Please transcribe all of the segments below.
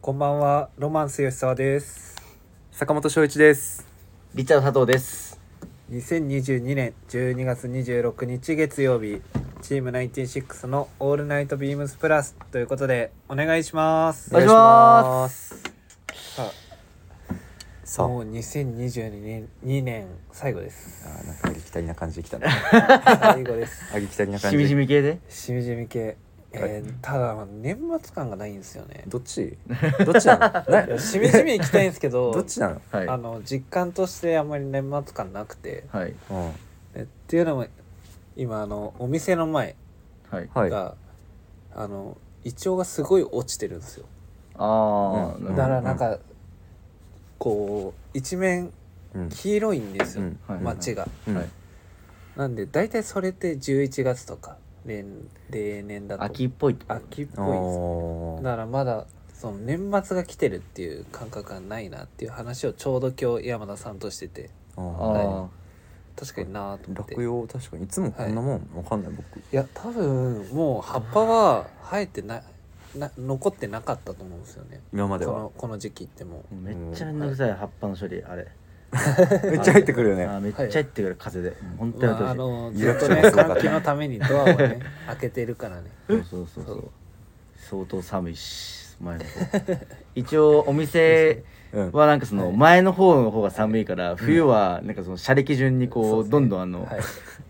こんばんは、ロマンス吉沢です。坂本翔一です。リチャード佐藤です。 2022年12月26日月曜日、チーム196のオールナイトビームスプラスということでお願いしますお。願いします。さあ、さあ、もう2022年2年最後です。あーなんかありきたりな感じできたね。最後 です。ありきたりな感しじ。みじみ系で。しみじみ系。えー、ただ年末感がないんですよね。どっち？ どっちな の？いやなしみじみ行きたいんですけど、 どっちなの？はい。あの実感としてあんまり年末感なくて、はい。うん。えっていうのも今あのお店の前はい。はい。が、あの胃腸がすごい落ちてるんですよああ、うだなるほどんからなんか、こう一面うん。黄色いんですよ、はい街が、うんはいなんで大体それって11月とか例例年だと秋っぽいってこと。秋っあぽいんですよだーからまだその年末が来てるっていう感覚がないなっていう話をちょうど今日山田さんとしててあー。あ確かになと思って落葉確かにいつもこんなもんわかんない僕。いや多分もう葉っぱは生えてなな残ってなかったと思うんですよね今までこはの。この時期ってもあ、めっちゃめんどくさい葉っぱの処理あれ。 めっちゃ入ってくるよあね。ーめっちゃ入ってくる風で。本う当まにやってあ、あほのいずっとリねアクションがすごか換った気のためにドアをね 開けてるからねしい。そうそうそうそう。相当寒いし、前の方。一応お店うん。はなんかその前の方の方が寒いから、冬はなんかその車歴順にこうどんどんあのはい、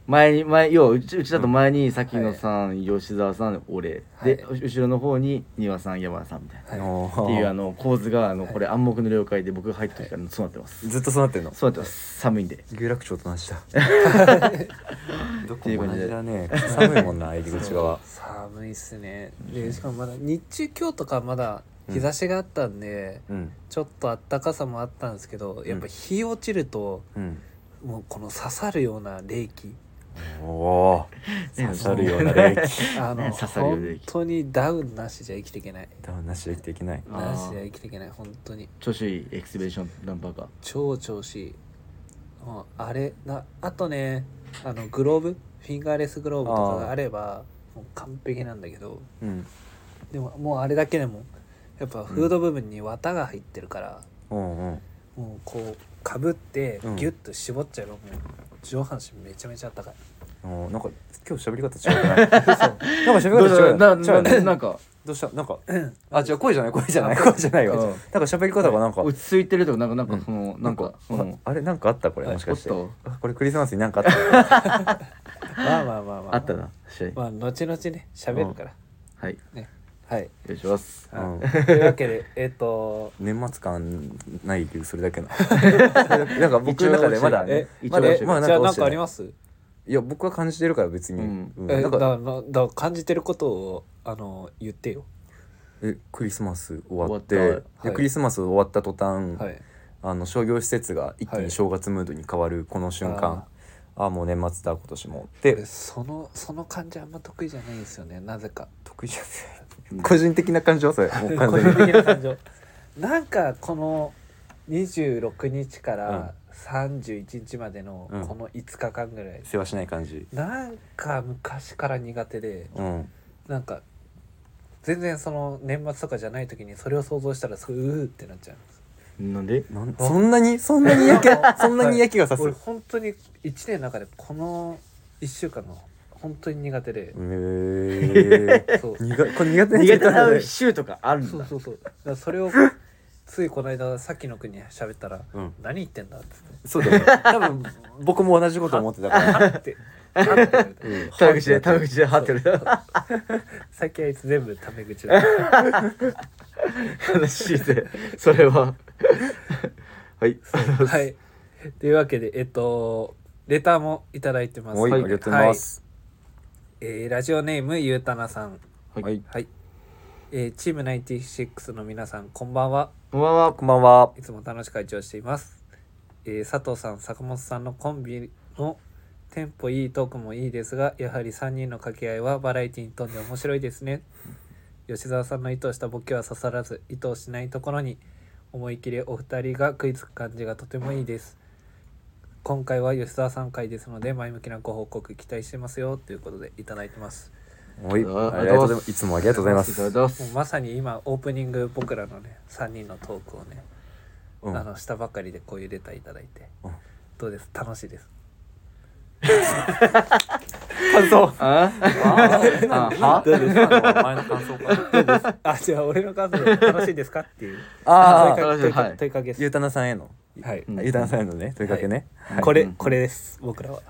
前に前要はうちうちだと前に先野さん、吉沢さん俺、はいで後ろの方に庭さん山田さんみたいな、はいっっていうあの構図があのこれ暗黙の了解で僕が入った時からそうなってます、ずっとそうなってんの。そうなってます寒いんで有楽町と同じだ。どこも同じだね。寒いもんな入り口側。寒いっすねでしかもまだ日中今日とかまだ日差しがあったんで、うん。ちょっと暖かさもあったんですけどやっぱ日落ちると、うん。もうこの刺さるような冷気おおー。刺さるような冷気。あのね刺さるような冷本気当にダウンなしじゃ生きていけないダウンなしで生きていけない。あーなしじゃ生きていけない本当に 調子いいエキシビションランパーが超調子いいもうあれなあとねあのグローブフィンガーレスグローブとかがあればもう完璧なんだけどうん。でももうあれだけでもやっぱフード部分に綿が入ってるから、うんうん。もうこうかぶってうんギュッと絞っちゃえばもう上半身めちゃめちゃ暖かいおーなんか今日喋り方違うくない。 なんか喋り方違うよね。な違うなよなねなんかどうしたなんか。あ違う声じゃない声じゃない声じゃないよ。うんなんか喋り方がなんか。落ち着いてるとかなんかなんかその、うんなんかそのああれなんかあったこれはいもしかして。おっあこれクリスマスになんかあった。まあまあまあまああったな試合、まあ後々ね喋るから、はいねはいお願いしますうんはいというわけでえっ、 と年末感ないけどそれだけな。なんか僕の 中でまだね。一応ま落ちてるえだまだじゃあ落なんちかてなあいりますいや僕は感じてるから別に。うんうんえなんかだなだ感じてることをあの言ってよえクリスマス終わっ終わてっはでいクリスマス終わった途端。はいあの商業施設が一気はいに正月ムードに変わるこの瞬間、ああもう年末だ今年もっ俺てそのその感じあんま得意じゃないんですよねなぜか得意じゃないうん個人的な感情はそれ もう完個全に人的な感情なんかこの26日から31日までのうんこの5日間ぐらい、世話しない感じなんか昔から苦手でうんなんか全然その年末とかじゃない時にそれを想像したらすごいうーってなっちゃうんですなんでなんそんなにそんなに嫌気そんなに嫌気がさす、俺本当に1年の中でこの1週間の本当に苦手でえ、ー、そう苦これ苦手な苦や手つだ なね週とかあるんそうだそうそうだからそれをついこの間さっきの国に喋ったらうん「何言ってんだ」っつってそうだよね多分僕も同じこと思ってたから、はってはって言われてうんタメ口でタメ口で張ってる最近あいつ全部タメ口だ悲しいぜそれははいはいというわけでえっとレターもいただいてますもういい、はあいりがとうございます、はいえーラジオネームゆうたなさんはいはいはい、えー、チーム96の皆さんこんばんはこんばんはこんばんはいつも楽しく会長しています、えー佐藤さん坂本さんのコンビのテンポいいトークもいいですがやはり3人の掛け合いはバラエティに富んで面白いですね吉沢さんの意図したボケは刺さらず意図しないところに思い切りお二人が食いつく感じがとてもいいです今回は吉沢さん回ですので前向きなご報告期待してますよということでいただいてますおい、あありがとうございます。いつもありがとうございまありがとうす。ございまもうすまさに今オープニング僕らのね3人のトークをね、うんあのしたばかりでこういうレターいただいて、うんどうです楽しいですあ感想。ああ、どうですか。お前の感想か。 あじゃあ俺の感 想楽しいですかっていうああ、楽し問いいかはい問いかけです、ゆうたなさんへの。はいうんゆうたなさんへのね、問いかけね。はいこれうんこれです僕らは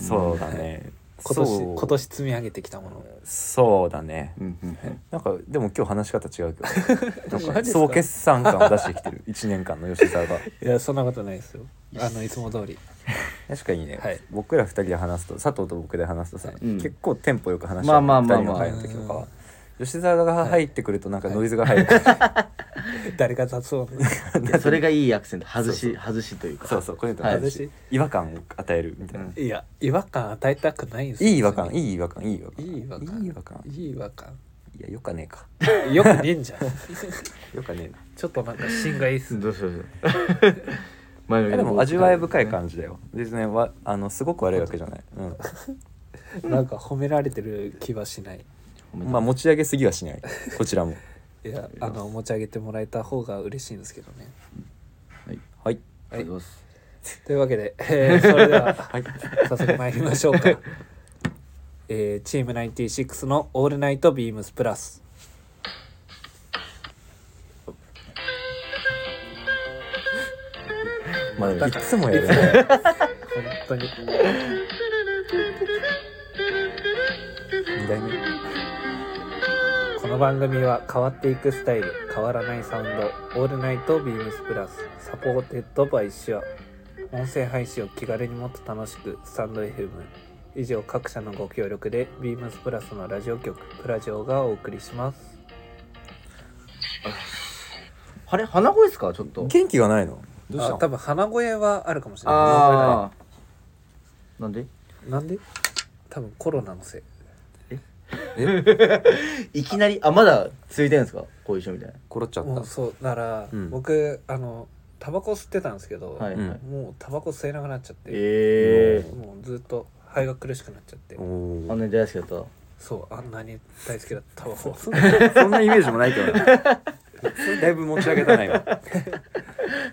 そうだね。今年そう今年積み上げてきたものそうだね。うんうんうんなんかでも今日話し方違うけどマジなでんかすか総決算感を出してきてる1年間の吉沢がいやそんなことないですよあのいつも通り確かにね、はい僕ら2人で話すと佐藤と僕で話すとさ、はいうん結構テンポよく話してまあまあまあ2人まのあ会の時とかは吉沢が入ってくるとなんかノイズが入る、 誰が雑音いやそれがいいアクセント外し外しというかそうそうこういうのはい話し違和感を与えるみたいな、うんいや違和感与えたくないんですいい違和感別にいい違和感いい違和感いい違和感いい違和感いい違和感いやよかねえかよくねえんじゃんよかねえなちょっとなんか芯がいいっすねどうしよう どうしよう前のいめりやでのも味わい深い感じだよ別にわあのすごく悪いわけじゃない、なんか褒められてる気はしないうん、まあ持ち上げすぎはしないこちらもいやあの持ち上げてもらえた方が嬉しいんですけ どねはいはいありがとうございますというわけで、えーそれでは、い早速参りましょうか、えーチーム96の「オールナイトビームスプラス」まあ、いつもやるね本当に二代目この番組は変わっていくスタイル変わらないサウンド「オールナイトビームスプラス」サポーテッドバイシュア音声配信を気軽にもっと楽しくスタンド FM 以上各社のご協力でビームスプラスのラジオ局プラジオがお送りしますあれ鼻声ですかちょっと元気がないのどうしあた多分鼻声はあるかもしれないああなんでなんで多分コロナのせいいきなりあまだついてるんですか後遺症みたいころっちゃっもうたそうだから、うん僕あのタバコ吸ってたんですけど、なはいうんはいもうタバコ吸えなくなっちゃって、ええもうずっと肺が苦しくなっちゃっておあんおなに大好きだったそうあんなに大好きだったタバコそんなイメージもないけどな だいぶ持ち上げたな今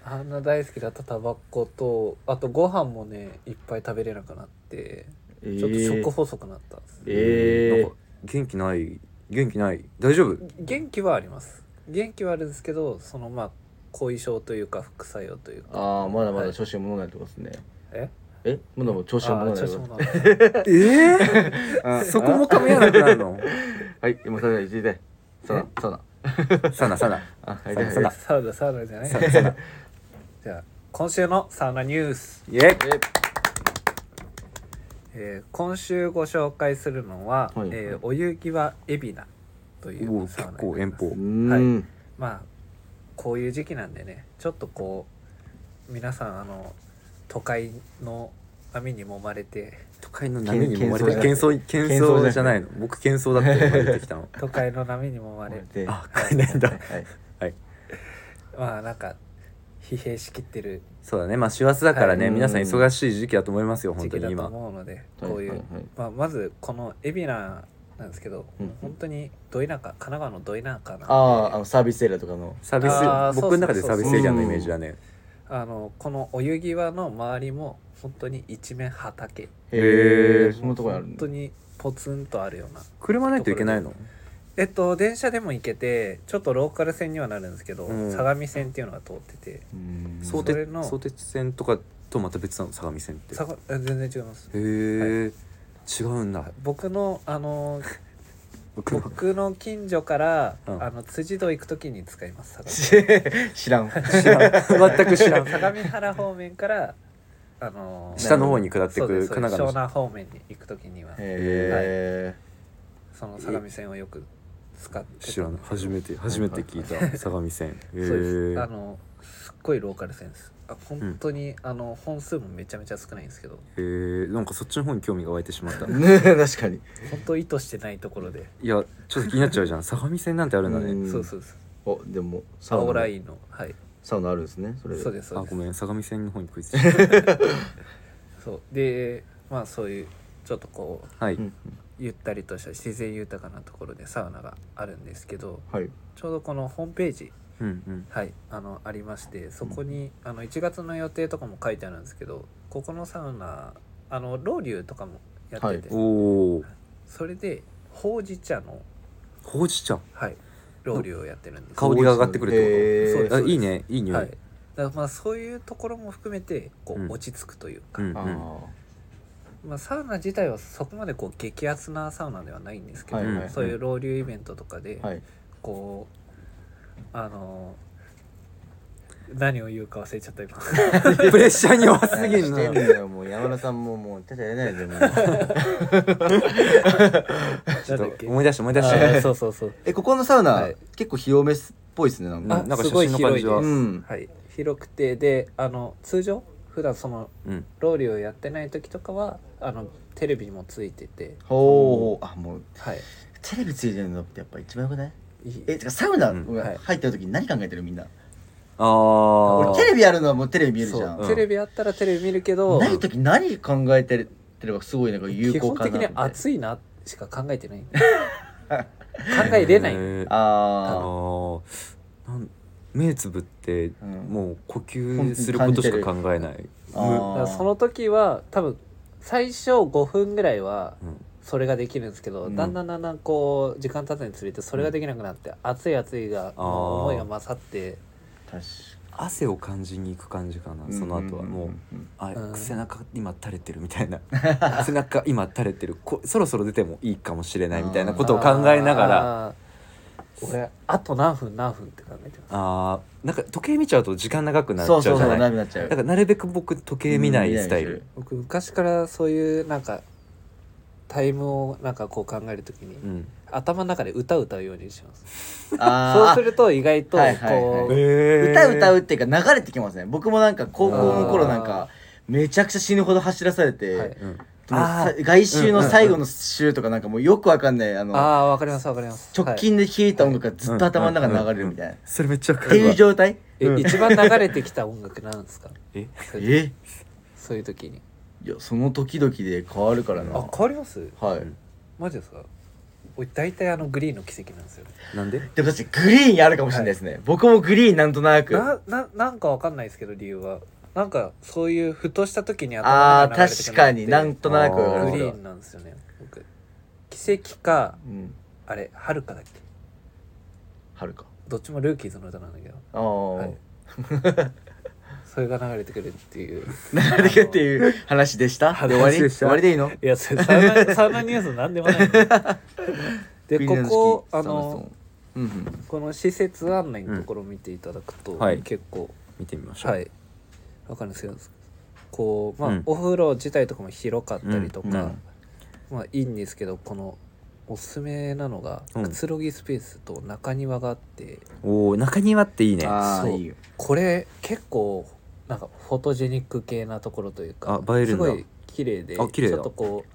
あんな大好きだったタバコとあとご飯もねいっぱい食べれなくなってええちょっと食細くなったんです、ええなんか元気ない元気ない大丈夫元気はあります元気はあるんですけどそのまあ後遺症というか副作用というかああまだまだ調子が物ないってことですね、ええまだもう調あ子が物ーない調って子こもとなんだあええ そこも噛み合わなくなるのはい今さだいついてそうだそうだサナサナあはいさはいだはさい だサウナサウナじゃないサナサナ じゃあ今週のサウナニュース、イエイえー今週ご紹介するのは、はいえーお湯際エビナといおうーサウ結ナに構なりますうー遠方んまあこういう時期なんでねちょっとこう皆さんあの都会の網に揉まれて都会の波に喧揉まれて喧喧騒騒喧騒じゃないの僕喧騒だって生まれてき たの 都会の波に揉まれてではあ帰れないんだいまあなんか疲弊しきってるそうだねまあ師走だからはねい皆さん忙しい時期だと思いますよ本時当期にだと今思うのではいこういう、はいはいまあ、まずこのエビナなんですけど、うん本当にど田舎神奈川のど田舎なんであああのサービスエリアとかのサービあース僕の中でそサうーそうビそうスエリアのイメージだねあのこのお湯際の周りも本当に一面畑へーそんなとこにあるん本だ当にポツンとあるような車ないといけないのえっと電車でも行けてちょっとローカル線にはなるんですけど、うん相模線っていうのが通っててうーん相それ鉄の相鉄線とかとまた別なの相模線ってへさがえ全然違いますえ違うんだ僕のあ の僕の僕の近所から、うんあの辻堂行く時に使います相模知らん 知らん全く知らん相模原方面からあの下の方に下ってそうくですそう神です奈湘川の南方面に行く時にはへその相模線をよく使ってた知らん初めて初めて聞いた相模線へそうです。あえのすっごいローカル線です。あ本当に、あの本数もめちゃめちゃ少ないんですけど、へえなんかそっちの方に興味が湧いてしまったえね 確かに本当意図してないところで、いやちょっと気になっちゃうじゃん相模線なんてあるんだうねんそうそうそう。おでもサウナ青もラインのはい、サウナあるんですねそれそうですそあうでごす。めん相模線の方にこいつはそうでまあそういうちょっとこういうんゆったりとした自然豊かなところでサウナがあるんですけどはいちょうどこのホームページうんうんはい、あのありましてそこに、あの1月の予定とかも書いてあるんですけどここのサウナあのロウリュとかもやってて、おおそれでほうじ茶の、ほうじ茶はい、ロウリュをやってるんです香りが上がってくるってそうこでとすあいいねいい匂い、はい、だからまあそういうところも含めてこうんう落ち着くというか、うんあまあ、サウナ自体はそこまでこう激アツなサウナではないんですけど、はいはいはいそういうロウリュイベントとかであはいこう、あの何を言うか忘れちゃった今プレッシャーに弱す ぎんしてんなだよもう山田さんももう手じゃやれないでもう ちょっなんだっけと思い出して思い出しあーてそうそうそうえここのサウナ、はい結構広めっぽいですねなんあかうんなんかすごい写真の感じは広いですうんはい、広くてであの通常普段そのうんロウリュをやってない時とかはあのテレビもついてて、ほうあもうはい、テレビついてるのってやっぱ一番よくないいえてかサウナうんはい入ってる時に何考えてるみんな、ああ俺テレビあるのはもうテレビ見るじゃそんううんテレビあったらテレビ見るけどない時何考えてるってのがすごいなんか有基効本かな的みたにいな暑いなしか考えてない考えれない、へーああのなん目つぶってうんもう呼吸することしか考えないあーだからその時は多分最初5分ぐらいはうんそれができるんですけど、うんだんだんだんだんこう時間経つにつれてそれができなくなって、暑い暑いがあー思いが勝ってあ確汗を感じに行く感じかなかその後はもうあうん背中今垂れてるみたいな背中今垂れてるこそろそろ出てもいいかもしれないみたいなことを考えながらら俺あと何分何分って考えてますあーなんか時計見ちゃうと時間長くなっちゃそううじそうそうゃないなになっちゃうだからなるべく僕時計見ないスタイル僕昔からそういうなんかタイムをなんかこう考えるときに、うん頭の中で歌を歌うようにしますそうあすーると意外とこう、はいはいはい歌歌歌うっていうか流れてきますね僕もなんか高校の頃なんかめちゃくちゃ死ぬほど走らされて、はいうんそのさあ外周の最後の週とかなんかもうよくわかんないあのああわかりますわかります直近で聴いた音楽がずっと頭の中に流れるみたいな、それめっちゃわかってるいわう状態え、一番流れてきた音楽なんですかえそういうえそういう時にいやその時々で変わるからなあ変わりますはいうんマジですか俺大体あのグリーンの奇跡なんですよねなんででも確かにグリーンあるかもしれないですね、僕もグリーンなんとなくなななんかわかんないですけど理由はなんかそういうふとした時にあ頭のー中に流れてくるのって確かになんとなくわかあるグーリーンなんですよね僕奇跡かうんあれはるかだっけはるかどっちもルーキーズの歌なんだけど、ああ、はい、 それが流れてくるっていう流れてくっていう話でしたで終わり話でした終わりでいいのいやそれサウナサウナニュースなんでもないでここグリーあのンの好きサウナストーンうんうんこの施設案内のところを見ていただくと、んはい結構見てみましょう、はいわかるんですけどこうまあ、うんお風呂自体とかも広かったりとか、うんうんまあいいんですけどこのおすすめなのが、うんくつろぎスペースと中庭があっておお中庭っていいねあああそういいよこれ結構なんかフォトジェニック系なところというかあ映えるすんだごい綺麗であ綺麗だちょっとこう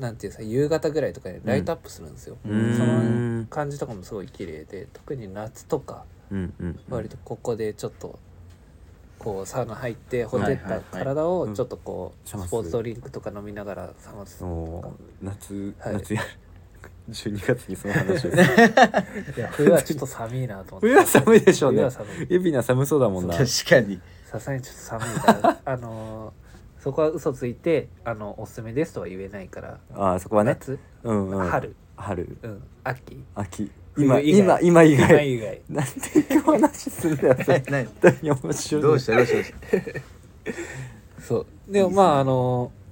なんていうんですか夕方ぐらいとかにライトアップするんですよ、ううーんそうんの感じとかもすごい綺麗で特に夏とかうん割とここでちょっとこうサウナ入ってほてっはいはたいはい体をちょっとこうスうんポーツドリンクとか飲みながら冷ますおお夏、はい夏やる 12月にその話をするいや冬はちょっと寒いなと思って 冬は寒いでしょう冬ねは寒いエビナ寒そうだもんな確かにさすがにちょっと寒い からあのーそこは嘘ついてあのおすすめですとは言えないからあーそこはね夏、うんうん春春うん、秋秋冬今以今外今以今外以外なんていう話すんだよそ れ何本当に面白 いどうしたどうしたどうしたそうでもまああのー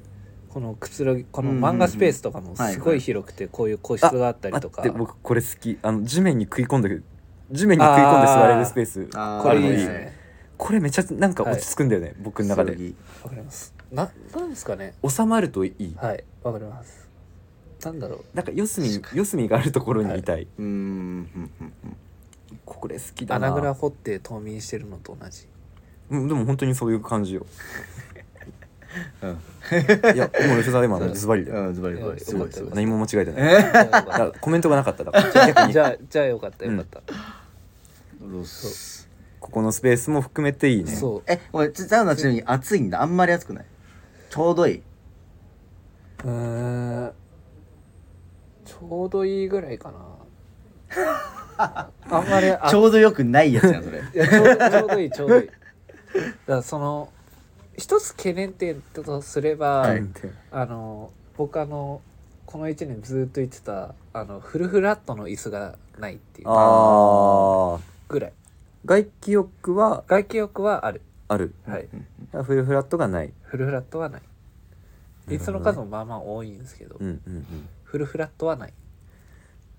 このくつろぎこの漫画スペースとかもすごい広くてこういう個室があったりとか待って僕これ好きあの地面に食い込んで地面に食い込んで座れるスペースあーこれいいあるでのすはいはいねこれめちゃなんか落ち着くんだよね、僕の中で次わかりますななんですかね収まるといいはいわかりますなんだろうなんか四隅四隅があるところにいたい、うーんうんうんうんこれ好きだな穴蔵掘って冬眠してるのと同 じうんでも本当にそういう感じようんいや今吉沢今のズバリだようんズバリズバリすごいすごい何も間違えてないえだからコメントがなかっただから逆にじゃあじゃあよかったよかった、どうすここのスペースも含めていいねそえごめんちサウナちなみに暑いんだあんまり暑くないちょうどいいううーんょうどいいぐらいかなあんまりあちょうどよくないやつやんそれい やちょうどちょうどいいちょうどいいだからその一つ懸念点とすれば、はいあの僕あのこの1年ずっと言ってたあのフルフラットの椅子がないっていうああぐらい外気浴は外気浴はあるあるはいフルフラットがないフルフラットはないほどね椅子の数もまあまあ多いんですけど、うんうんフルフラットはない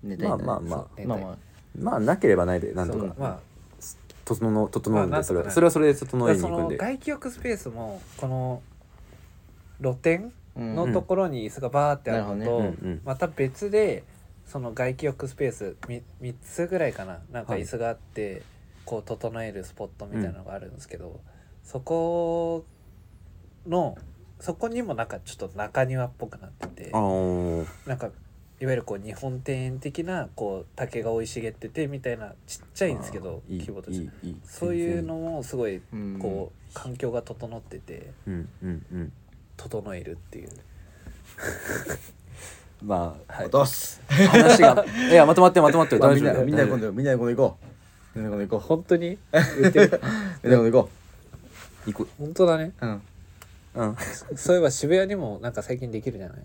寝うんたいまあなまあまそあうねまあまあまあなければないでなんそとうかかまあ整う整うんまあなんとかなでるそれはそれはそれで整えだにそ行くんので外気浴スペースもこの露店うんのところに椅子がバーってあるうのんなると、ほどねうんうんまた別でその外気浴スペースみ3つぐらいかななんかはい椅子があって、こう整えるスポットみたいなのがあるんですけど、そこのそこにもなんかちょっと中庭っぽくなっててあーなんかいわゆるこう日本庭園的なこう竹が生い茂っててみたいなちっちゃいんですけどいい規模としていいいいそういうのもすごいうんこう環境が整っててうんうんうん整えるっていうまあ落とす話がいやまとまってまとまってるまあ大みん丈な夫だよみんなで大丈今夫度みんなで今度行こうみんなで今度行こ本当に言ってるうみんなで今度行こ行く本当だねううんうんそういえば渋谷にもなんか最近できるじゃない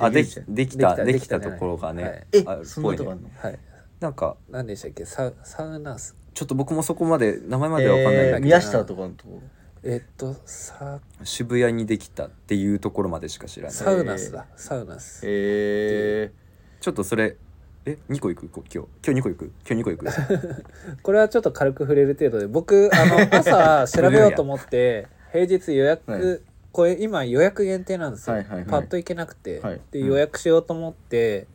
あでできるきじゃんできたできたででききたたところがはねいえあそんなとこあぽいねんのはいなんか何でしたっけサウサウナースちょっと僕もそこまで名前までは分かんないんえだーけど、宮下とかのとこえっとサ渋谷にできたっていうところまでしか知らないサウナスだサウナスえちょっとそれえ二2個いくこ今日今日2個いく今日2個いく これはちょっと軽く触れる程度で僕あ の朝調べようと思って平日予約、はいこれ今予約限定なんですよ、はいはいはいパッと行けなくて、はいでうん予約しようと思って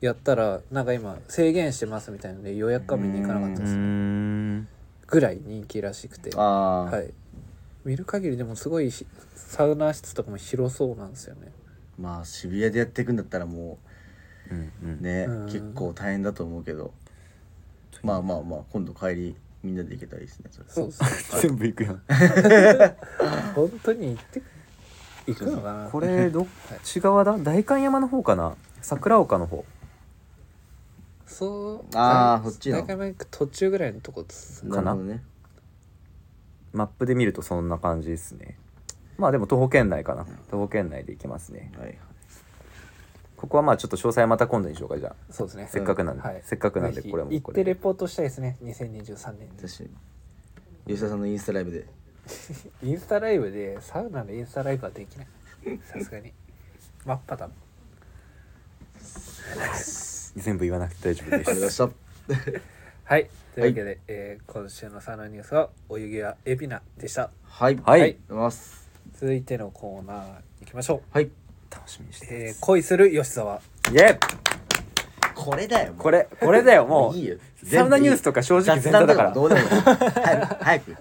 やったらなんか今制限してますみたいなので予約が見に行かなかったうですーんぐらい人気らしくてー、ああ、はい、見る限りでもすごいひサウナ室とかも広そうなんですよねまあ渋谷でやっていくんだったらもうんうんうねうん結構大変だと思うけどまあまあまあ今度帰りみんなで行けたらいいですねそれそうそう全部いくやん本当に行 って行くのかなこれどっち側だ代官山の方かな桜丘の方そうあーそっちの大会前行く途中ぐらいのとこですかなるほどねマップで見るとそんな感じですねまあでも徒歩圏内かな徒歩圏内で行きますねはいここはまあちょっと詳細はまた今度にしようかじゃあそうですねせっかくなんで、はいせっかくなんでぜひこれも行こってれレでポートしたいですね2023年確かに吉田さんのインスタライブでインスタライブでサウナのインスタライブはできない さすがにマッパだもん全部言わなくて大丈夫でありがとうございまし すたはいというわけで、えー今週のサウナニュースはお湯際エビナでしたはいはいありがとうございます続いてのコーナー行きましょう、はい楽しみにしてえー恋する吉沢イエこれだよこれこれだよもういいよサウナニュースとか正直全談然だからどうでもいい早く早く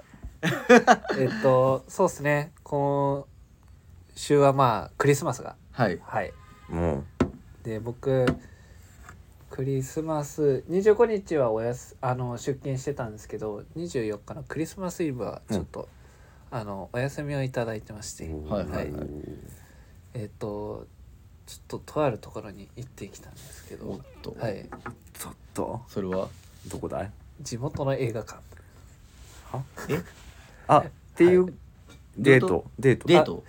えっとそうですね今週はまあクリスマスがはいはいもで僕クリスマス25日はおやすあの出勤してたんですけど24日のクリスマスイブはちょっと、あのお休みをいただいてましてうはいはいはいえっとちょっととあるところに行ってきたんですけおっどとはいちょっとそれはどこだい地元の映画館あっていう、はデートデートデート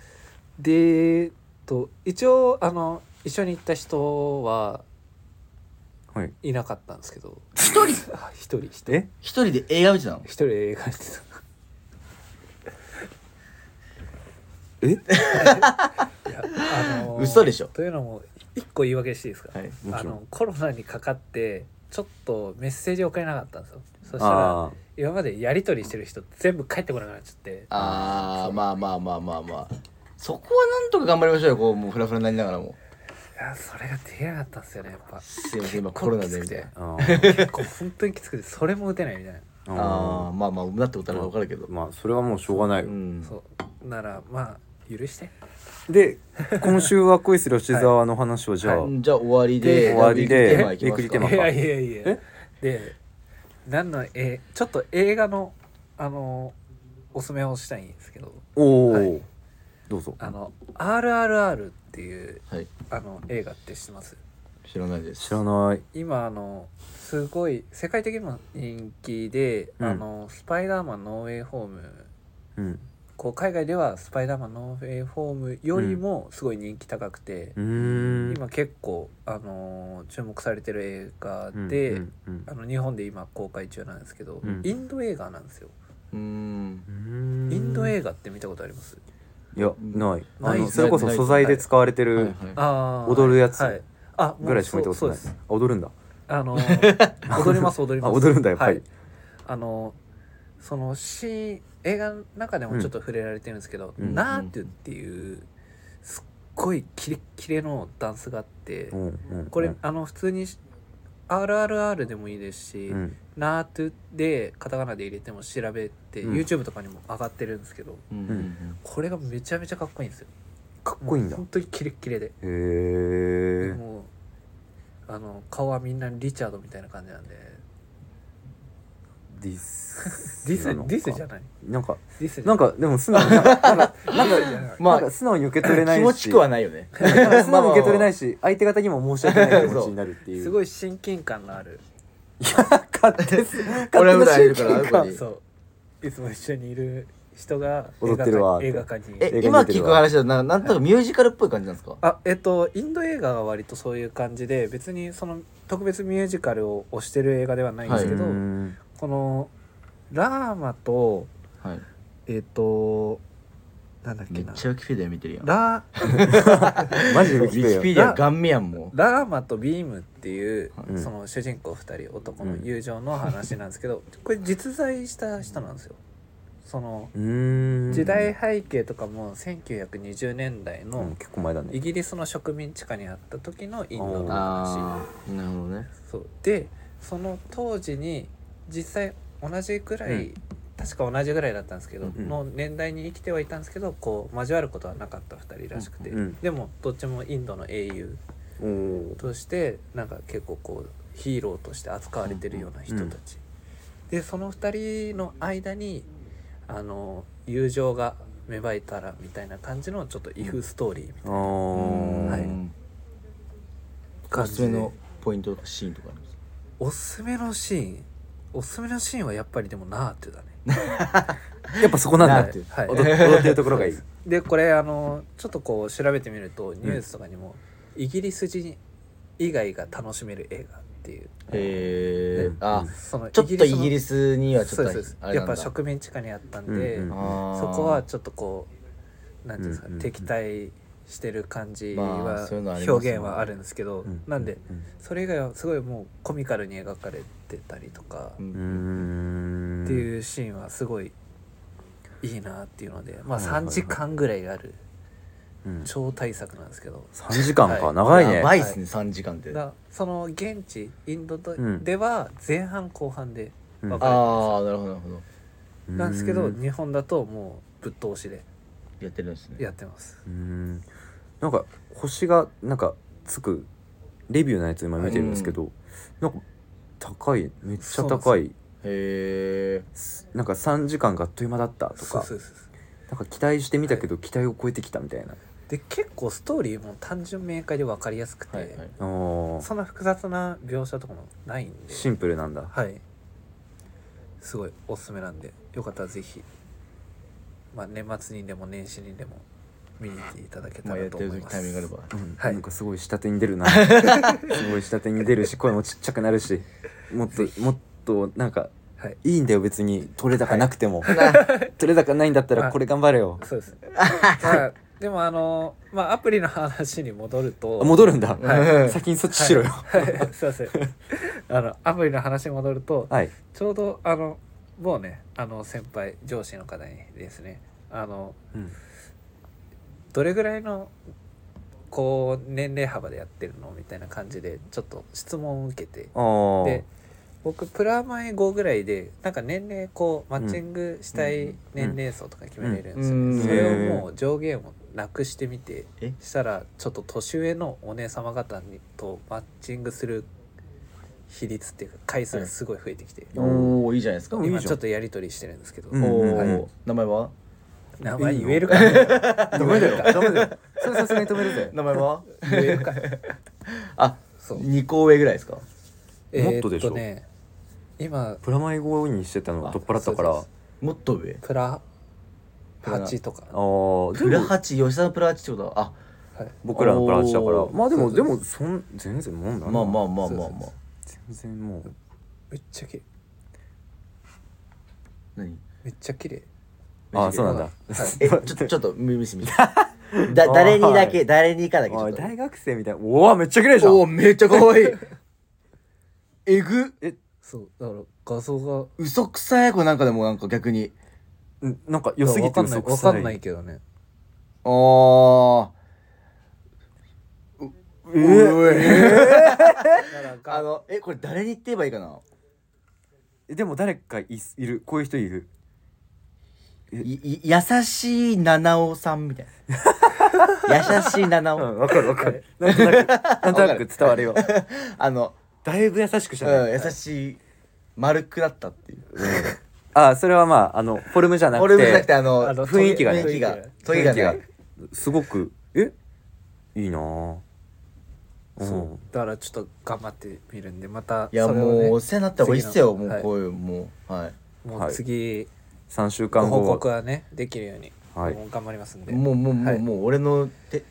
でえっと一応あの一緒に行った人はあはいいなかったんですけど一人 あ一人一人え一人で映画見てたの一人映画見て えたいやあのー嘘でしょというのも一個言い訳していいですか、いもあちろんのコロナにかかってちょっとメッセージ送れなかったんですよそしたらあ今までやり取りしてる人全部帰ってこなくなっちゃってああまあまあまあまあまあそこはなんとか頑張りましょうよこうもうフラフラになりながらもいやそれができなかったんですよねやっ ぱすいません今コロナでみたいなー あー結構本当にきつくてそれも打てないみたいな、あああまあまあなってことは分かるけどーまあそれはもうしょうがないうよんそうならまあ許してで今週は恋する吉沢の話をじゃあ、うんじゃあ終わりで終わりでウィークテーマいきますウィークテーいマかやいやいやえで何のえちょっと映画のあのおすすめをしたいんですけどおお、はいどうぞあの「RRR」っていうはいあの映画って知ってます知らないです知らない今あのすごい世界的にも人気で、うんあのスパイダーマンノーウェイホームうんこう海外ではスパイダーマンノーウェイホームよりもすごい人気高くてう、ーん今結構、あのー注目されてる映画うんで、うんうんあの日本で今公開中なんですけど、うんインド映画なんですようーんうーんインド映画って見たことあります、いやないあないのそれこそ素材で使われてるはいあー踊るやつはい、あもうぐらいしか見たことないそうそうですあ踊るんだあの ー踊ります踊りますあ踊るんだやっぱりはい、あのーそのシーン映画の中でもちょっと触れられてるんですけど、うんナートゥっていうすっごいキレッキレのダンスがあって、うんうんこれ、うんあの普通にし RRR でもいいですし、うんナートゥでカタカナで入れても調べて、うん YouTube とかにも上がってるんですけどうんうんうんこれがめちゃめちゃかっこいいんですよかっこいいもんうだへ本当にキレッキレで、でえもうあの顔はみんなリチャードみたいな感じなんでディスディスディスじゃんないなんかディスじゃなんかでも素直になんかなんかなんかまあなんか素直に受け取れないし気持ちく はないよねなんか素直に受け取れないし相手方にも申し訳ない気持ちになるっていうすごい親近感のある勝手です勝手俺は普な親段い近るから感そういつも一緒にいる人が踊ってるわ映画館に映画館にえ今聞く話だとななんとなくミュージカルっぽい感じなんですかあえっとインド映画は割とそういう感じで別にその特別ミュージカルを推してる映画ではないんですけど、うんこのラーマとはいえっとなんだっめけっなちゃウィキペディア見てるやんラマジウィでウキィキペディアペディアガンミやんもうラーマとビームっていう、うんその主人公2人男の友情の話なんですけど、これ実在した人なんですよ。そのうーん時代背景とかも1920年代うのん結構前だイねギリスの植民地下にあった時のインドの話。ああなるほどねそうでその当時に実際同じくらい、うん確か同じぐらいだったんですけど、うんうんの年代に生きてはいたんですけどこう交わることはなかった2人らしくて、うんうんでもどっちもインドの英雄おーとしてなんか結構こうヒーローとして扱われてるような人たち、でその2人の間にあの友情が芽生えたらみたいな感じのちょっとイフストーリーみたいうあーはいんなお感すじすでめのポイントとかシーンとかありますおすすめのシーンおすすめのシーンはやっぱりでもなーってだねやっぱそこなんなんだっだててはい踊っ踊ってるところがいいでこれあのちょっとこう調べてみるとニュースとかにも、イギリス人以外が楽しめる映画っていうへえあそのちょっとイギリススにのはちょっそとうですそうあですれやなっんぱだ植民地下にあったんで、うんうんあーそこはちょっとこうなんていうんですか、うんうんうん敵対してる感じまあはそういうのあります表ね現はあるんですけど、うんなんでそれ以外はすごいもうコミカルに描かれてたりとか、ううんんってういうシーンはすごいいいなっていうのでまあはいはい3はい時間ぐらいあるん超大作なんですけど、 3時間はかい長いねやばいっすね3時間ってあだその現地インドとうんでは前半後半でうん分かれてまあーなるほどなるほどす、なんですけどう日本だともうぶっ通しでやってるんですねやってますんなんか星がなんかつくレビューのやつ今見てるんですけどなんか高いめっちゃ高いへえなんか3時間があっという間だったとそうかそうそうそうなんか期待してみたけど期待を超えてきたみたいなで結構ストーリーも単純明快で分かりやすくて、はいはいあーそんな複雑な描写とかもないんでシンプルなんだはいすごいおすすめなんでよかったらぜひ、まあ、年末にでも年始にでも見に来ていただけたまあやらっとてる思い時まタイミングあれすばうんはいなんかすごい下手に出 るなすごい下手に出るし声もちっちゃくなるしもっともっとなんかはいいいんだよ別に取れ高なくても、取れ高ないんだったらこれ頑張れよそう です、まあ、でもあのまあアプリの話に戻るとあ戻るんだ、はい先にそっちしろよはいはいすいませんあのアプリの話に戻るとはい、ちょうどあのもうねあの先輩上司の方にですねあのうんどれぐらいのこう年齢幅でやってるのみたいな感じでちょっと質問を受けてあーで僕プラマイ5ぐらいでなんか年齢こうマッチングしたい年齢層とか決めれるんですようんうねんうんそれをもう上限をなくしてみてえしたらちょっと年上のお姉様方にとマッチングする比率っていうか回数がすごい増えてきて、おおいいじゃないですかうんいい今じゃんちょっとやり取りしてるんですけど、うんおお、はい名前は名前言えるかなダメだよダメだよそれさすがに止めるぜ名前は言えるかあそう2個上ぐらいですかもっとでしょえーね今プラマイ5にしてたのあは取っ払ったからあそうあでもっと上プラプラ8とか、はーでプラも8吉田のプラ8ってことはい、僕らのプラチだからおーまあでもそうでそうそうもそん全然もんなあのまあまあまあそうまそあうまあ全然もうめっちゃきれい何めっちゃ綺麗ああそうなんだ、はいえちょっとちょっと見せ見せ だ誰にだけ誰にかだけちあょっーと大学生みたいなおおめっちゃ綺麗じゃおおんめっちゃ可 愛いえぐそうだから画像が嘘くさやこれなんかでもなんか逆にうんなんか良すぎてわかんない嘘くわさかいんないけどねああえーあのえこれ誰に言って言えばいいかなえでも誰かいいるこういう人いるいい優しい七尾さんみたいな優しい七う尾んわかるわかる なんとなくなんとなく伝わるよあの、だいぶ優しくしたうん、ね優しい丸くなったっていうあそれはまああのフォルムじゃなくて俺もじゃなくてあのあの雰囲気がね雰囲気がト雰ゲ囲が気がねすごくえいいなぁそうだからちょっと頑張ってみるんでまたいやそれもをねうお世話になった方がいいっすよ次ものうこういうもうはいもはうい次3週ご間後報告はねできるようにはいもう頑張りますんでもうもうもはういもう俺のて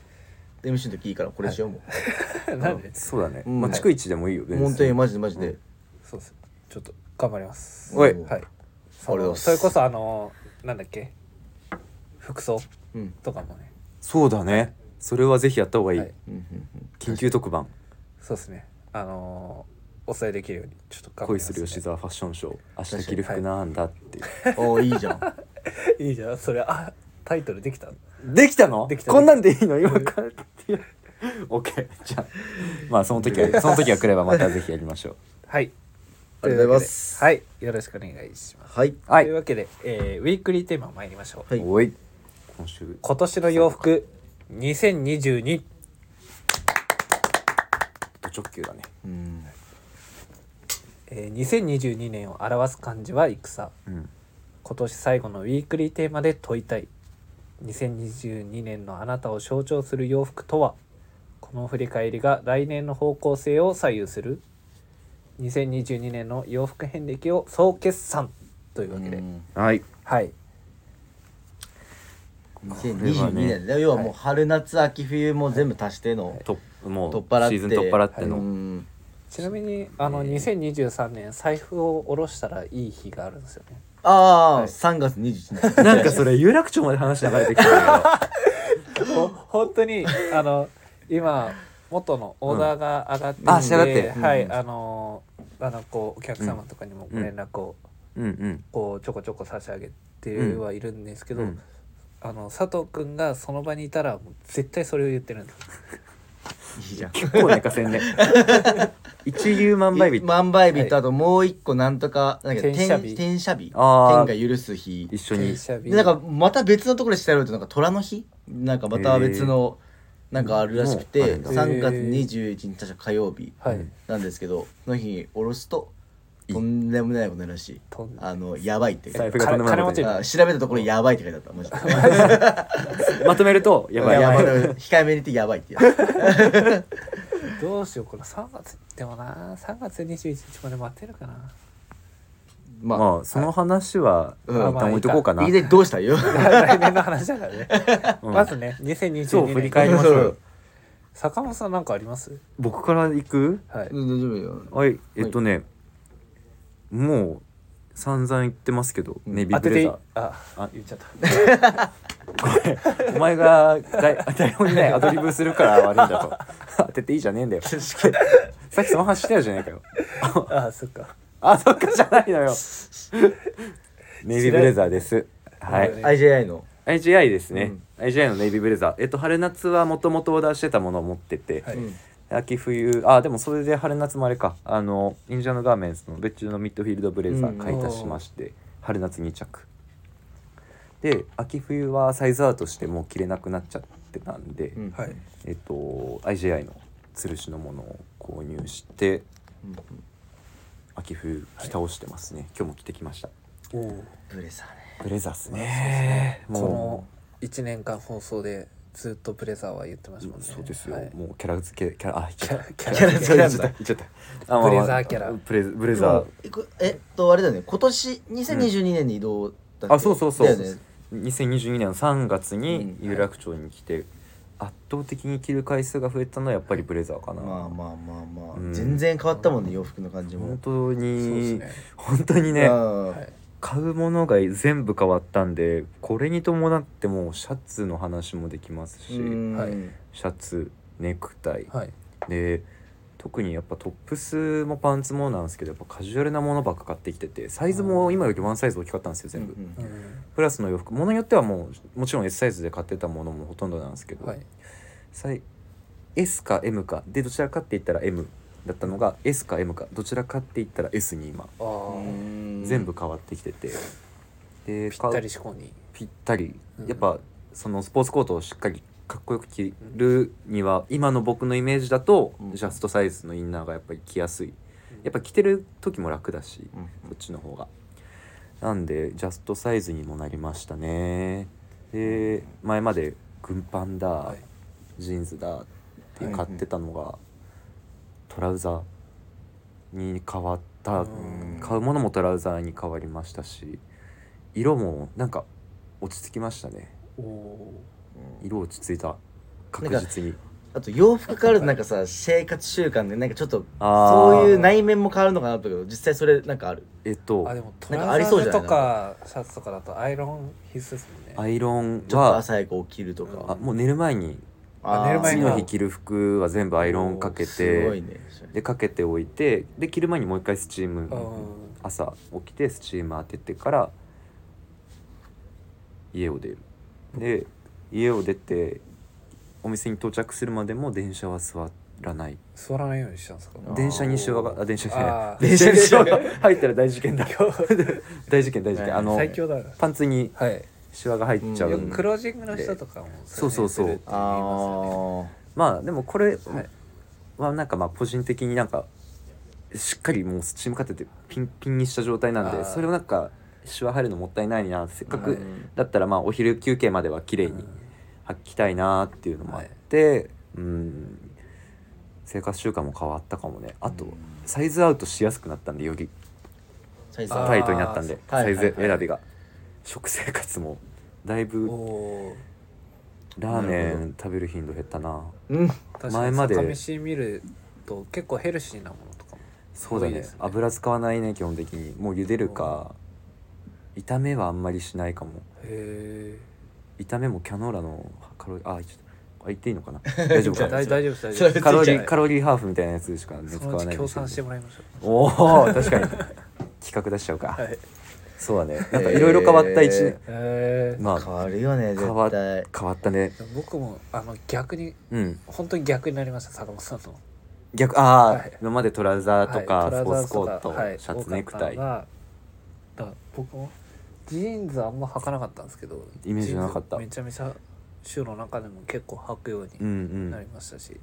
MC の時いいからこれしようも なんでそうだね、うんまあ、逐一でもいいよう全然本当にマジでマジでそうですちょっと頑張りますおいもうはいありがとうごそざいますそれこそあのなんだっけ服装うんとかもねそうだねそれはぜひやった方がいい、はいうんうんうん緊急特番そうですねあのーお伝えできるようにちょっと頑張恋りますする吉ね沢ファッションショー明日着る服なんだっていう、おーい いじゃん いいじゃんそれあタイトルできたできたのできたこんなんでいいの今からっていう OK じゃあまあその時 はその時が来ればまたぜひやりましょうはいありがとうございますというわけではいよろしくお願いしますはいはいというわけで、えーウィークリーテーマ参りましょう、はいおい今週今年の洋服2022ド直球だねうんえー2022年を表す漢字は戦うん今年最後のウィークリーテーマで問いたい2022年のあなたを象徴する洋服とはこの振り返りが来年の方向性を左右する2022年の洋服遍歴を総決算というわけで、うんはいはい2022年だよ要はもう春夏秋冬も全部足してのともう取っ払ってシーズン取っ払ってうの、んちなみにあの2023年財布を下ろしたらいい日があるんですよねああ3月21日 なんかそれ有楽町まで話流れてきたん だほ本当にあの今元のオーダーが上がってるんで、うんあ仕上がってうんはい、あのあのこうお客様とかにもご連絡をけどうんうんこうちょこちょこ差し上げてはいるんですけど、うんあの佐藤君がその場にいたらもう絶対それを言ってるんですいいじゃん結構寝かせん ね一流万倍日万倍日とあともう一個なんとかなんか転写日転写日天あーが許す日一緒に転写日でなんかまた別のところで調べるとなんか虎の日なんかまた別のなんかあるらしくて、もうあるんだ3月21日確か火曜日はい、なんですけど、その日に下ろすととんでもないことになるらしいとんあのやばいって書い財て布がとんでもないこと金に持あ調べたところやばいって書いてあったマジでまとめると やばいやばいやばい控えめに言ってやばいって言ってたどうしようこの3月でもな3月21日まで待ってるか なまあ、まあその話は一うん旦置いとこうかな言いたいどうしたよ来年の話だからね、うんまずね2022年そう振り返りましょうよ坂本さんなんかあります僕から行くはい、うん大丈夫よはいえっとねもう散々言ってますけどうんネビ当てブていレいザああ言っちゃったーお前が台台本にないアドリブするから悪いんだと当てていいじゃねえんだよさっきその話してたじゃねえかよ あそっかあそっかじゃないのよネイビーブレザーですはそうだいね IJI の IGI ですね、IGI のネイビーブレザーえっと春夏はもともとオーダーしてたものを持ってて、はいうん秋冬あでもそれで春夏もあれかあのインジャのガーメンツの別注のミッドフィールドブレザうんー買い足しまして、春夏2着で秋冬はサイズアウトしてもう着れなくなっちゃってたんで、うんはいえっと IGI の吊るしのものを購入してうん秋冬着倒してますね、今日も着てきましたおおブレザーねブレザーっすねこの1年間放送でずっとブレザーは言ってましたもんねそうですよ、はいもうキャラ付けキャラあキキャラキャラキャラ付けなんだ言っ ちゃった言っちゃったあまあブレザーキャラブレブレブザえっとあれだよね今年2022年に移動だっけーあそうそうそう、だよね2022年の3月にうん有楽町に来て、圧倒的に着る回数が増えたのはやっぱりブレザーかな、まあまあまあまあ、うん全然変わったもんね洋服の感じも本当そうですに、ね本当に当ねはい買うものが全部変わったんでこれに伴ってもうシャツの話もできますし、はいシャツネクタイ、はいで特にやっぱトップスもパンツもなんですけどやっぱカジュアルなものばっか買ってきててサイズも今よりワンサイズ大きかったんですよ全部、うんプラスの洋服ものによってはもうもちろん S サイズで買ってたものもほとんどなんですけど、はいさい S か M かでどちらかって言ったら M だったのが S か M かどちらかって言ったら S に今あー全部変わってきてて、でぴったりか思考にぴったりうんやっぱそのスポーツコートをしっかりかっこよく着るには今の僕のイメージだとうんジャストサイズのインナーがやっぱり着やすいやっぱ着てる時も楽だしこっちの方がなんでジャストサイズにもなりましたねで前まで軍パンだ、はいジーンズだって買ってたのが、トラウザーに変わった、うん買うものもトラウザーに変わりましたし色もなんか落ち着きましたねおお色落ち着いた確実にあと洋服変わるとなんかさ生活習慣でなんかちょっとあーそういう内面も変わるのかなと思ったけど実際それなんかあるえっとあでもトなんラかありそウうじザーゃないとかシャツとかだとアイロン必須ですもんねアイロンちょっとは朝早く起きるとかあもう寝る前にあ寝る前次にの日着る服は全部アイロンかけすごいてねでかけておいてで着る前にもう一回スチームうん朝起きてスチーム当ててから家を出るで家を出てお店に到着するまでも電車は座らない座らないようにしたんですかあー電車にしわがあ電車じゃないあー 電車にしわが入ったら大事件 だ大事件大事件あの最強だなパンツにはいシワが入っちゃう、うんよくクロージングの人とかもそうそうそうれに出るって言いあますよねーまあでもこれはいはなんかまあ個人的になんかしっかりもうスチームかけてピンピンにした状態なんあでーそれをなんかシワ入るのもったいないなせっかうくんだったらまあお昼休憩までは綺麗うにん履きたいなっていうのもあって、うん生活習慣も変わったかもねあとうんサイズアウトしやすくなったんでよりサイズあータイトになったんではいサイズはいは選いびが食生活もだいおぶおーラーなメるほどン食べる頻度減ったなうん確か前にまで酒飯見ると結構ヘルシーなものとかもそうだ多いねですね油使わないね基本的にもう茹でるか炒めはあんまりしないかもへ炒めもキャノーラのカロリーあちょっとあ言っていい のかな大え丈じゃ夫あかな大大丈夫です大そ丈れ夫ですカロリついちゃーうカロリーハーフみたいなやつしか、ね、そ使のわうなちい協賛してももらいましょおお確かに企画出しちゃうか、うはいそうだねなんかいろいろ変わった一年、えーま変あわるよね変わ絶対変わったねでも僕もあの逆にうん本当に逆になりました坂本さんの逆ああ、はい今までトラウザーとか、はいスポーツコトラーウザとト、かはいシャツネクタ多イかったのがだから僕もジーンズあんま履かなかったんですけどイメージなかったジーンズめちゃめちゃ週の中でも結構履くよううんうにんなりましたし、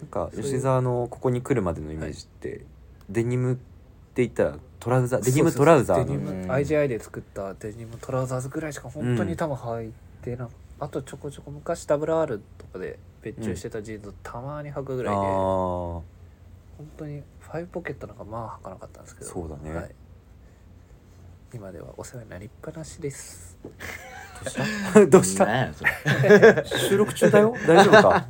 なんかそういう吉沢のここに来るまでのイメージって、デニムって言ったらトラウザーそデうそニうムそうトラウザデーニのムうん IGI で作ったデニムトラウザーズぐらいしか本当に多分履いてなく、あとちょこちょこ昔 WR とかで別注してたジーンズをたまに履くぐらいで、本あ当にファイブポケットなんかまあ履かなかったんですけどそうだねはい今ではお世話になりっぱなしですあ どうしたなんやそれ 収録中 だよ大丈夫か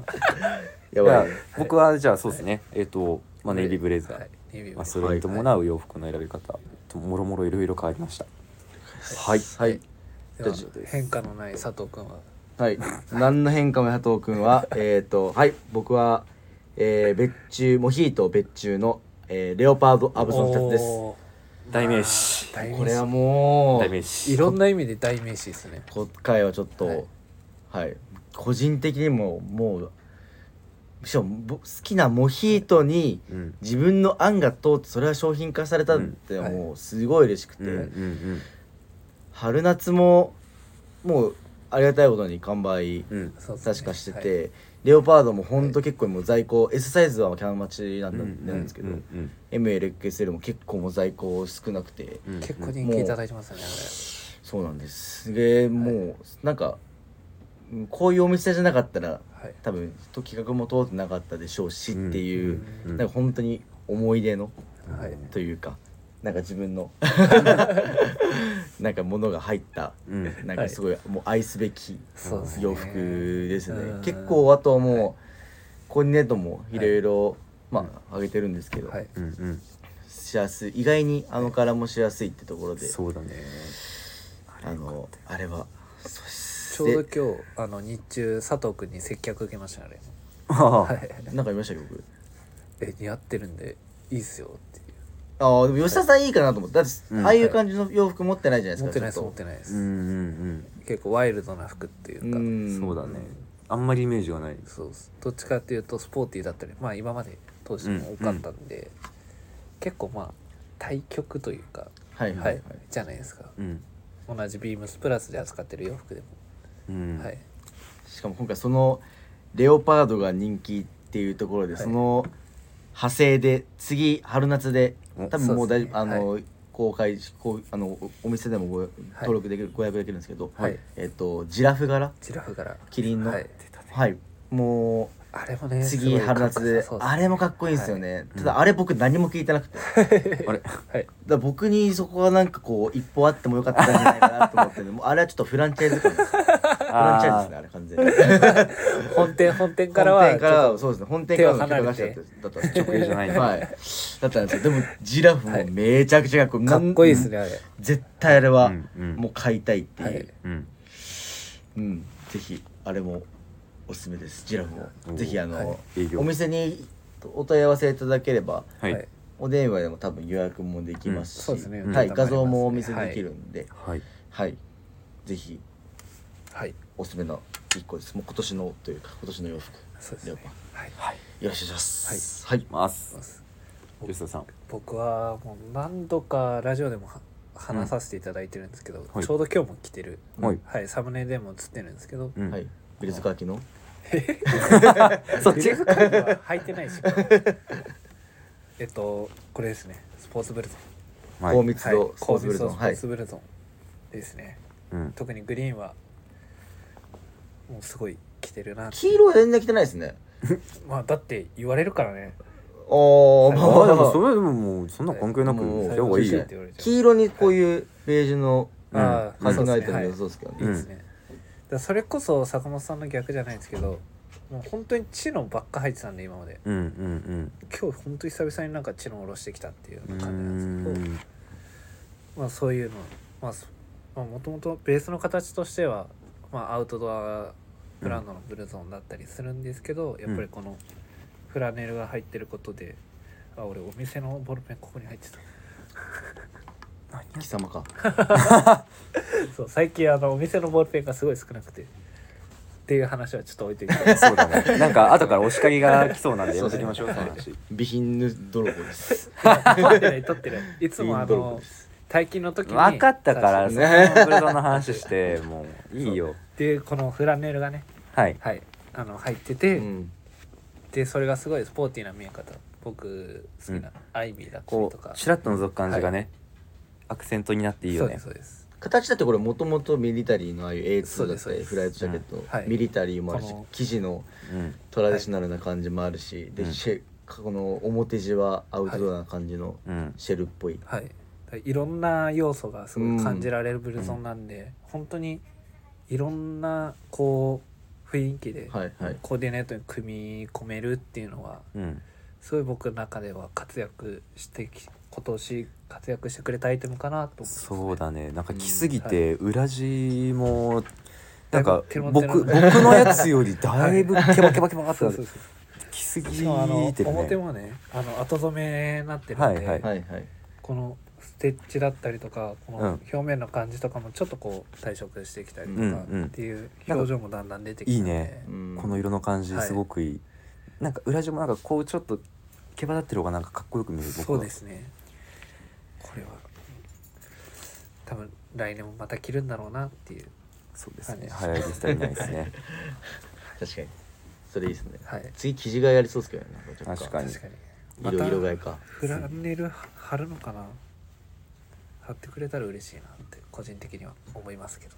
やばいいねや僕はじゃあそうですねえっ、と、まあ、ネイビーブレザー、はいネイビーブレまあ、ザそーれに伴う洋服の選び方、ともろもろいろいろ変わりましたはいはいでは大丈夫です変化のない佐藤君ははい、何の変化も佐藤 君は、えっ、と、はい、僕は、えー、別注、モヒート別注の、えー、レオパード・アブソンシャツです。こおー代名詞代名詞れはも代う、名詞いろんな意味で代名詞ですね今回はちょっと、ははいい、個人的にも、もう、しかもぼ好きなモヒートに、うん自分の案が通って、それが商品化されたって、うんはいもう、すごい嬉しくて、うんうんうん春夏も、もう、ありがたいことに完売。うんそうですね確かしてて、レオパードもほんと結構もう在庫、S サイズはキャン待ちなんだ、なんですけど、うんうん MLXL も結構もう在庫少なくてうんうん結構人気いただいてますよねそうなんですすげえもう、なんかうんこういうお店じゃなかったらはい多分きっと企画も通ってなかったでしょうしっていう、うんうんなんか本当に思い出のはいというかなんか自分 のなんか物が入ったうんなんかすごいもう愛すべきそうですね洋服ですねうん結構あとはもう、コーディネートもいろいろまあ上げてるんですけど、はいうんうんしやすい意外にあの柄もしやすいってところで、そうだねあのあれはそうちょうでど今日あの日中佐藤君に接客受けましたねあはれいはいなんか見ましたっけ僕え似合ってるんでいいっすよっていうああでも吉田さんいいかなと思ってだって、うんああいう感じの洋服持ってないじゃないですか持ってないですちょ持っっとてないで うんす、うん結構ワイルドな服っていうか、うんんそうだねあんまりイメージがないそうっすどっちかっていうとスポーティーだったりまあ今まで当時も多かったんで、結構まあ対局というか、はいはいははいいじゃないですかうん同じビームスプラスで扱ってる洋服でも、うんはいしかも今回そのレオパードが人気っていうところで、はいその派生で次春夏でお多分もうそう大です丈ね夫あの、は公開こうあのおお店でもご登録できる、ご予約できるんですけど、はいえっとジラフ柄ジラフ柄キリンのはい、はいもうあれもねすご次いかっ春こよさ夏でそうすねあれもかっこいいんですよね、たうだあれ僕何も聞いてなくて、あはれいだから僕にそこはなんかこう一歩あってもよかったんじゃないかなと思ってるもうあれはちょっとフランチャイズ感 ですフランチャイズですねあれ完全に本店本店から本は店からはそうですね本店からの客がしだったんです離れて直営じ ゃないんだはいだったんですよでもジラフもめちゃくちゃかっこいい、かっこいいですねねあれ、絶対あれはうんうんもう買いたいっていう、はいうんうんぜひあれもおすすめですジラフおもーぜひあの、はい営業お店にお問い合わせいただければはいはいお電話でも多分予約もできますし、うんそうですねはい、うん画像もお見せできるんで、はいはい、ぜひはいおすすめの一個です。もう今年のというか今年の洋服、そうですレオねパンはいはいよろしくお願いします。はい、ますます吉田さん僕はもう何度かラジオでもは話させていただいてるんですけど、はいちょうど今日も来てる、はいはい、サムネでも映ってるんですけど、うんはい、ビルズカーキのそっち履いてないしえっとこれですねスポーツブルゾはい高密ン、度スポーツブルゾン、スポはーいツ、ブルゾンですね、うん特にグリーンはもうすごい来てるな黄色は全然着てないですね。まあだって言われるからねおお、はいまああまああでまもあそれでももうそんな関係なくもうした方がいい最よ初に言われちゃう黄色にこういうベージュのうんああ感じのアイでテすねムがは良いさそうですけどいいね。ですね、だからそれこそ坂本さんの逆じゃないですけどもう本当に知能ばっか入ってたんで今までうんうん今日本当に久々になんか知能を下ろしてきたっていうよううんな感じなんですけどまあそういうのまあそまあもともとベースの形としては、まあ、アウトドアブランドのブルゾンだったりするんですけど、やっぱりこのフラネルが入ってることであ俺お店のボールペンここに入って た貴様か。そう最近あのお店のボールペンがすごい少なくてっていう話はちょっと置いといてそうだねなんか後から押し鍵が来そうなんでやめときましょうその話備品泥棒です。取ってない取ってないいつもあ備品泥棒のです。大金の時に分かったからそうそそうのブルゾンの話してもういいよっていうこのフラネルがねはいはいあの入ってて、うんでそれがすごいスポーティーな見え方僕好きな、うんアイビーだったりことかうちらっと覗く感じがねアクセントになっていいよねそうです形だってこれもともとミリタリーのああいうそう A2 だでっすたりそフうラでイトジャケット、はいミリタリーもあるしこの生地のうんトラディショナルな感じもあるし、で、うんシェこの表地はアウトドアな感じのうんシェルっぽい、そうですはいいろんな要素がすごい感じられるブルゾンなんで、本当にいろんなこう雰囲気ではいはいコーディネートに組み込めるっていうのはうんすごい僕の中では活躍してき今年活躍してくれたアイテムかなと思そうだねなんかうん来すぎて裏地もなんかだいぶ僕ケロ僕テロのやつよりだ いぶケバケバケバってそうそなってうそう来すぎしかもあのてる表ねもねあの後染めになってるんで、はいはいはいはいこのステッチだったりとかこのうん表面の感じとかもちょっとこう退色してきたりとうんかうんっていう表情もだんだん出てきていいねうんこの色の感じはいすごくいい、なんか裏地もなんかこうちょっと毛羽立ってる方がなんかかっこよく見える僕はそうですねこれは多分来年もまた着るんだろうなっていうそうですねはい流行りしたりないで すね確かにそれいいですねはい次生地がやりそうですけどねなんちょっと確かに確かにま色た色替えかフラネル貼るのかな貼ってくれたら嬉しいなって個人的には思いますけど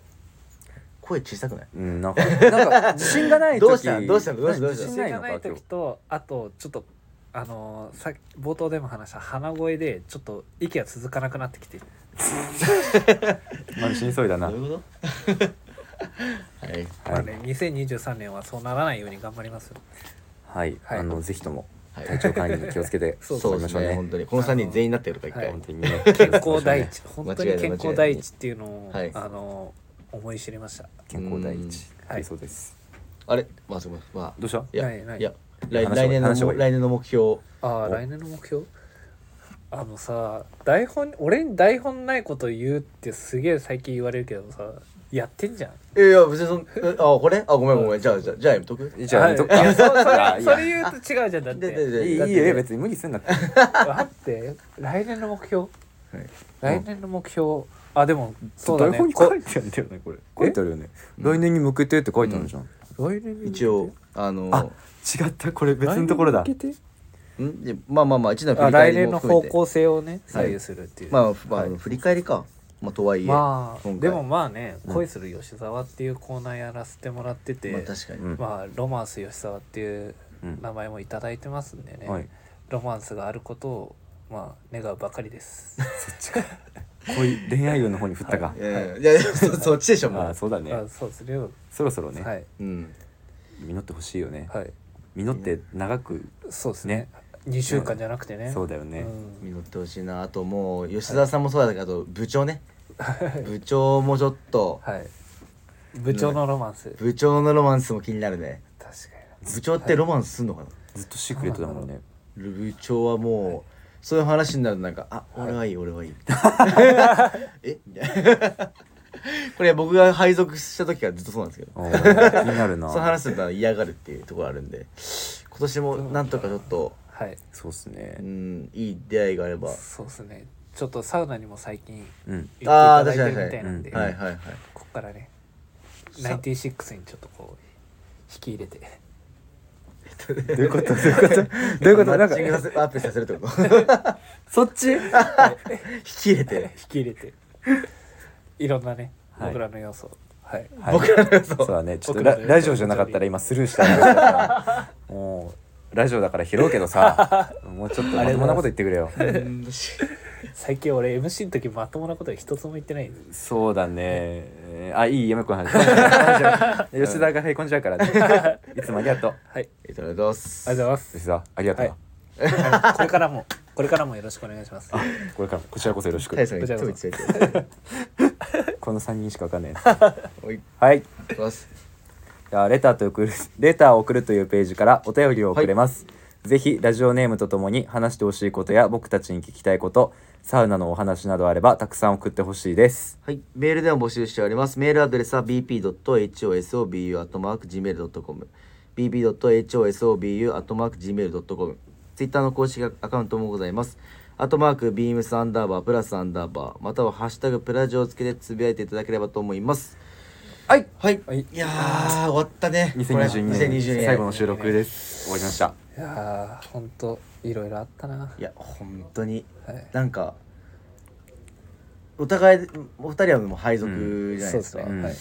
声小さくないうん、なんか、なんか自信がない時。どうしたどうしたどうしたどうし自た自信信ないがのないか今時日とあとちょっとあのーさ冒頭でも話した鼻声でちょっと息が続かなくなってきてる丸死にそうだな。ういうことはいまはあいね、2023年はそうならないように頑張り ますよ。はい、はいあの、ぜひともはい体調管理に気をつけてそうそ頑張うりでましすょうねね。本当にこの3人全員になってやるから一は回、い本当にね、健康第一、う本です当ねに健康第一っていうのを、間違いない間違いないあの思い知りました。健康第一う。んはい、そうです。あれまあすごいまあどうしたいやないないいや来話来年の話は来年の目標ああ来年の目標あのさ台本俺に台本ないこと言うってすげえ最近言われるけどさやってんじゃん。いやいや別にそんえあこれあごめんごめんじゃあじゃあじゃあやめとくじゃあ、どっいやそそか。れいそやれい言うと違う じゃんだっでて。ででいいだっいていよ、別に無理すんなって。待って来年の目標来年の目標あでもそうだ台ね。本にこ書いてあるんだよね、これ。書いてあるよね。来年に向けてって書いてあるじゃん。来年に向けて一応あのあ違った、これ別のところだ来。年に向けてんでまあまあまあ一年振あり返来年りもの含め方て向性をね左右するっていう、まあ、まあ、振り返りかまあとはいえ、ままあ今で回もまあね「うん恋する吉沢」っていうコーナーやらせてもらってあ、て、ま確かに、うんあロマンス吉沢」っていううん名前もいただいてますんでね、はい。ロマンスがあることをまあ願うばかりです。恋、恋愛運の方に振ったかい。やいやいやそ そっちでしょもあ、う、そうだ ねあ。そうですね、そろそろね、はいうん、実ってほしいよね。はい実って長く、そうですね二2週間じゃなくてね。そうだよねう。ん実ってほしいなあともう吉沢さんもそうだけど、あと部長ね部長もちょっと、はい部長のロマンス、確部長のロマンスも気になるねかに部長ってロマンスすんのかな、ずっとシークレットだもんね。部長はもう、そういう話になるとなんか「あ俺はいい、俺 はいい」え これ僕が配属した時からずっとそうなんですけどおー気になるな。 その話すると嫌がるっていうところあるんで今年もなんとかちょっとはいそうっすねう。んいい出会いがあればはそうですねちょっとサウナにも最近行ってうん。いただいてるみたいなんで、いはいはいこっからねさナインティシックスにちょっとこう引き入れてどういうことどうい うことどういうことマなッんかチングさせアップさせるってこと そ っち引き入れて引き入れていろんなね、はい僕らの要素はい僕らのそうだねちょっとラ僕らの予想ラジオじゃなかったら今スルーしたんだけどもうラジオだから拾うけど さもうちょっとまともなこと言ってくれようん最近俺 MC の時まともなことは一つも言ってないんですそうだね えーあいいやめこの 話吉沢がへこんじゃうから ねいつもありがとうはいありがとうございますありがとうございます吉沢ありがとうなはいあのこれからもこれからもよろしくお願いしますこれからもこちらこそよろしく大さんがいつも言ってたやつこの3人しかわかんないやつおいはいありがとうございますじゃあレターと送る レターを送るというページからお便りを送れます、ぜひラジオネームとともに話してほしいことや僕たちに聞きたいことサウナのお話などあればたくさん送ってほしいですはい、メールでも募集しております。メールアドレスは bp.hosobu.gmail.com bp.hosobu.gmail.com ツイッターの公式アカウントもございます。アトマーク、ビームスアンダーバー、プラスアンダーバー、またはハッシュタグプラジオをつけてつぶやいていただければと思います。はいはい。はいいやー、終わったね。 2022これ年2022年最後の収録です終わりましたいやーほんといろいろあったないや、本当に、はいなんか、お互い、お二人はもう配属じゃなそういでですすか。ね、うんはい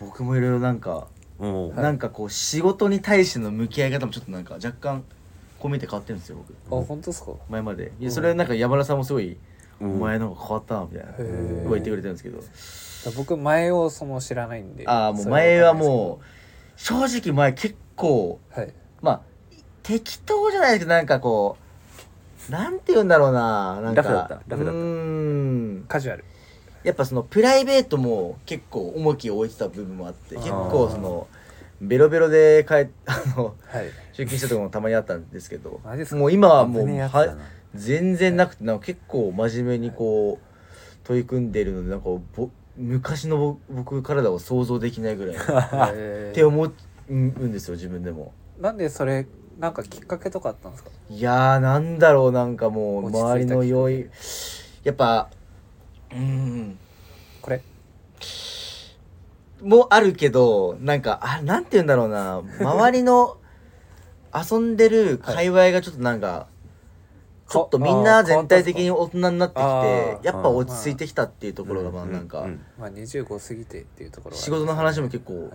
僕もいろいろなんか、もう、なんかこう仕事に対しての向き合い方もちょっとなんか若干こう見て変わってるんですよ僕あ本当ですか前までいやそれなんか山田さんもすごい「おうん前の方が変わったな」みたいなへーすごい言ってくれてるんですけど僕前をその知らないんでああもう前はうもう正直前結構はいまあ適当じゃないですけどなんかこうなんて言うんだろうななんかラフだったラフだったうーんカジュアルやっぱそのプライベートも結構重きを置いてた部分もあってあー結構そのベロベロで帰っあのはい出勤したとこもたまにあったんですけどマジっすかもう今はもう危ねえやつだ なは全然なくてなんか結構真面目にこう取り組んでるのでなんかぼ昔のぼ僕からでは想像できない ぐらいえってー思うんですよ自分でも。なんでそれなんかきっかけとかあったんですかいやーなんだろうなんかもう落ち着いた周りの要因やっぱうんこれもあるけどなんかあなんて言うんだろうな周りの遊んでる界隈がちょっとなんか、ちょっとみんな全体的にあ大人になってあーきてやっぱ落ち着いてきたっていうところがまあうんなんかうんーまあ25過ぎてっていうところは仕事の話も結構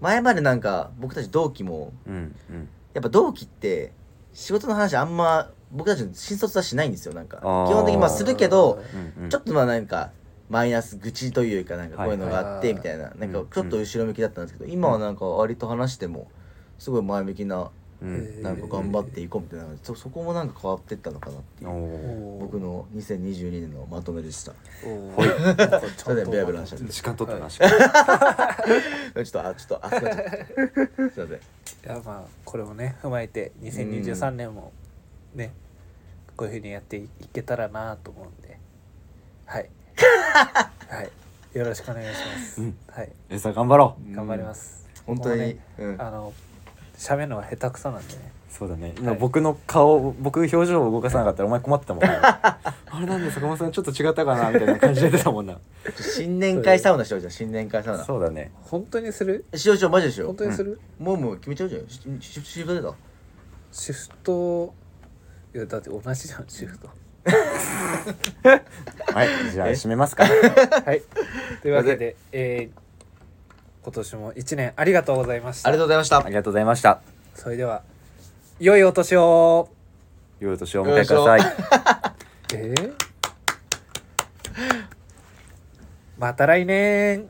前までなんか僕たち同期もうんうんやっぱ同期って仕事の話あんま僕たちの新卒はしないんですよなんか基あー本的にまあするけどうんうんちょっとまあなんかマイナス愚痴というかなんかこういうのがあっはていみたいななんうかんちょっと後ろ向きだったんですけど今はなんか割と話してもすごい前向きなうんなんか頑張っていこうみたいなそそこもなんか変わってったのかなっていおうお僕の2022年のまとめでしたはいそれではベラベラ喋って時間取ったなしちょっとあちょっと熱くなっちゃったすいませんいやまあこれをね踏まえて2023年もね、こういうふうにやっていけたらなと思うんではい はいよろしくお願いします、うんはい餌頑張ろう頑張ります、本当僕もにねうんあの喋るのは下手くそなんでねそうだね今僕の顔僕表情を動かさなかったらお前困ってたもんね あれなんで坂本さんちょっと違ったかなみたいな感じで出てたもんな新年会サウナしようじゃん新年会サウナ そうだね本当にするしようしようマジでしよ本う当にする、もうもう決めちゃうじゃんしししシフト出たシフトいやだって同じじゃんシフトはいじゃあ締めますかはいというわけで、えー今年も一年ありがとうございましたありがとうございましたありがとうございましたそれでは良いお年を良いお年をお迎えくださいえーまた来年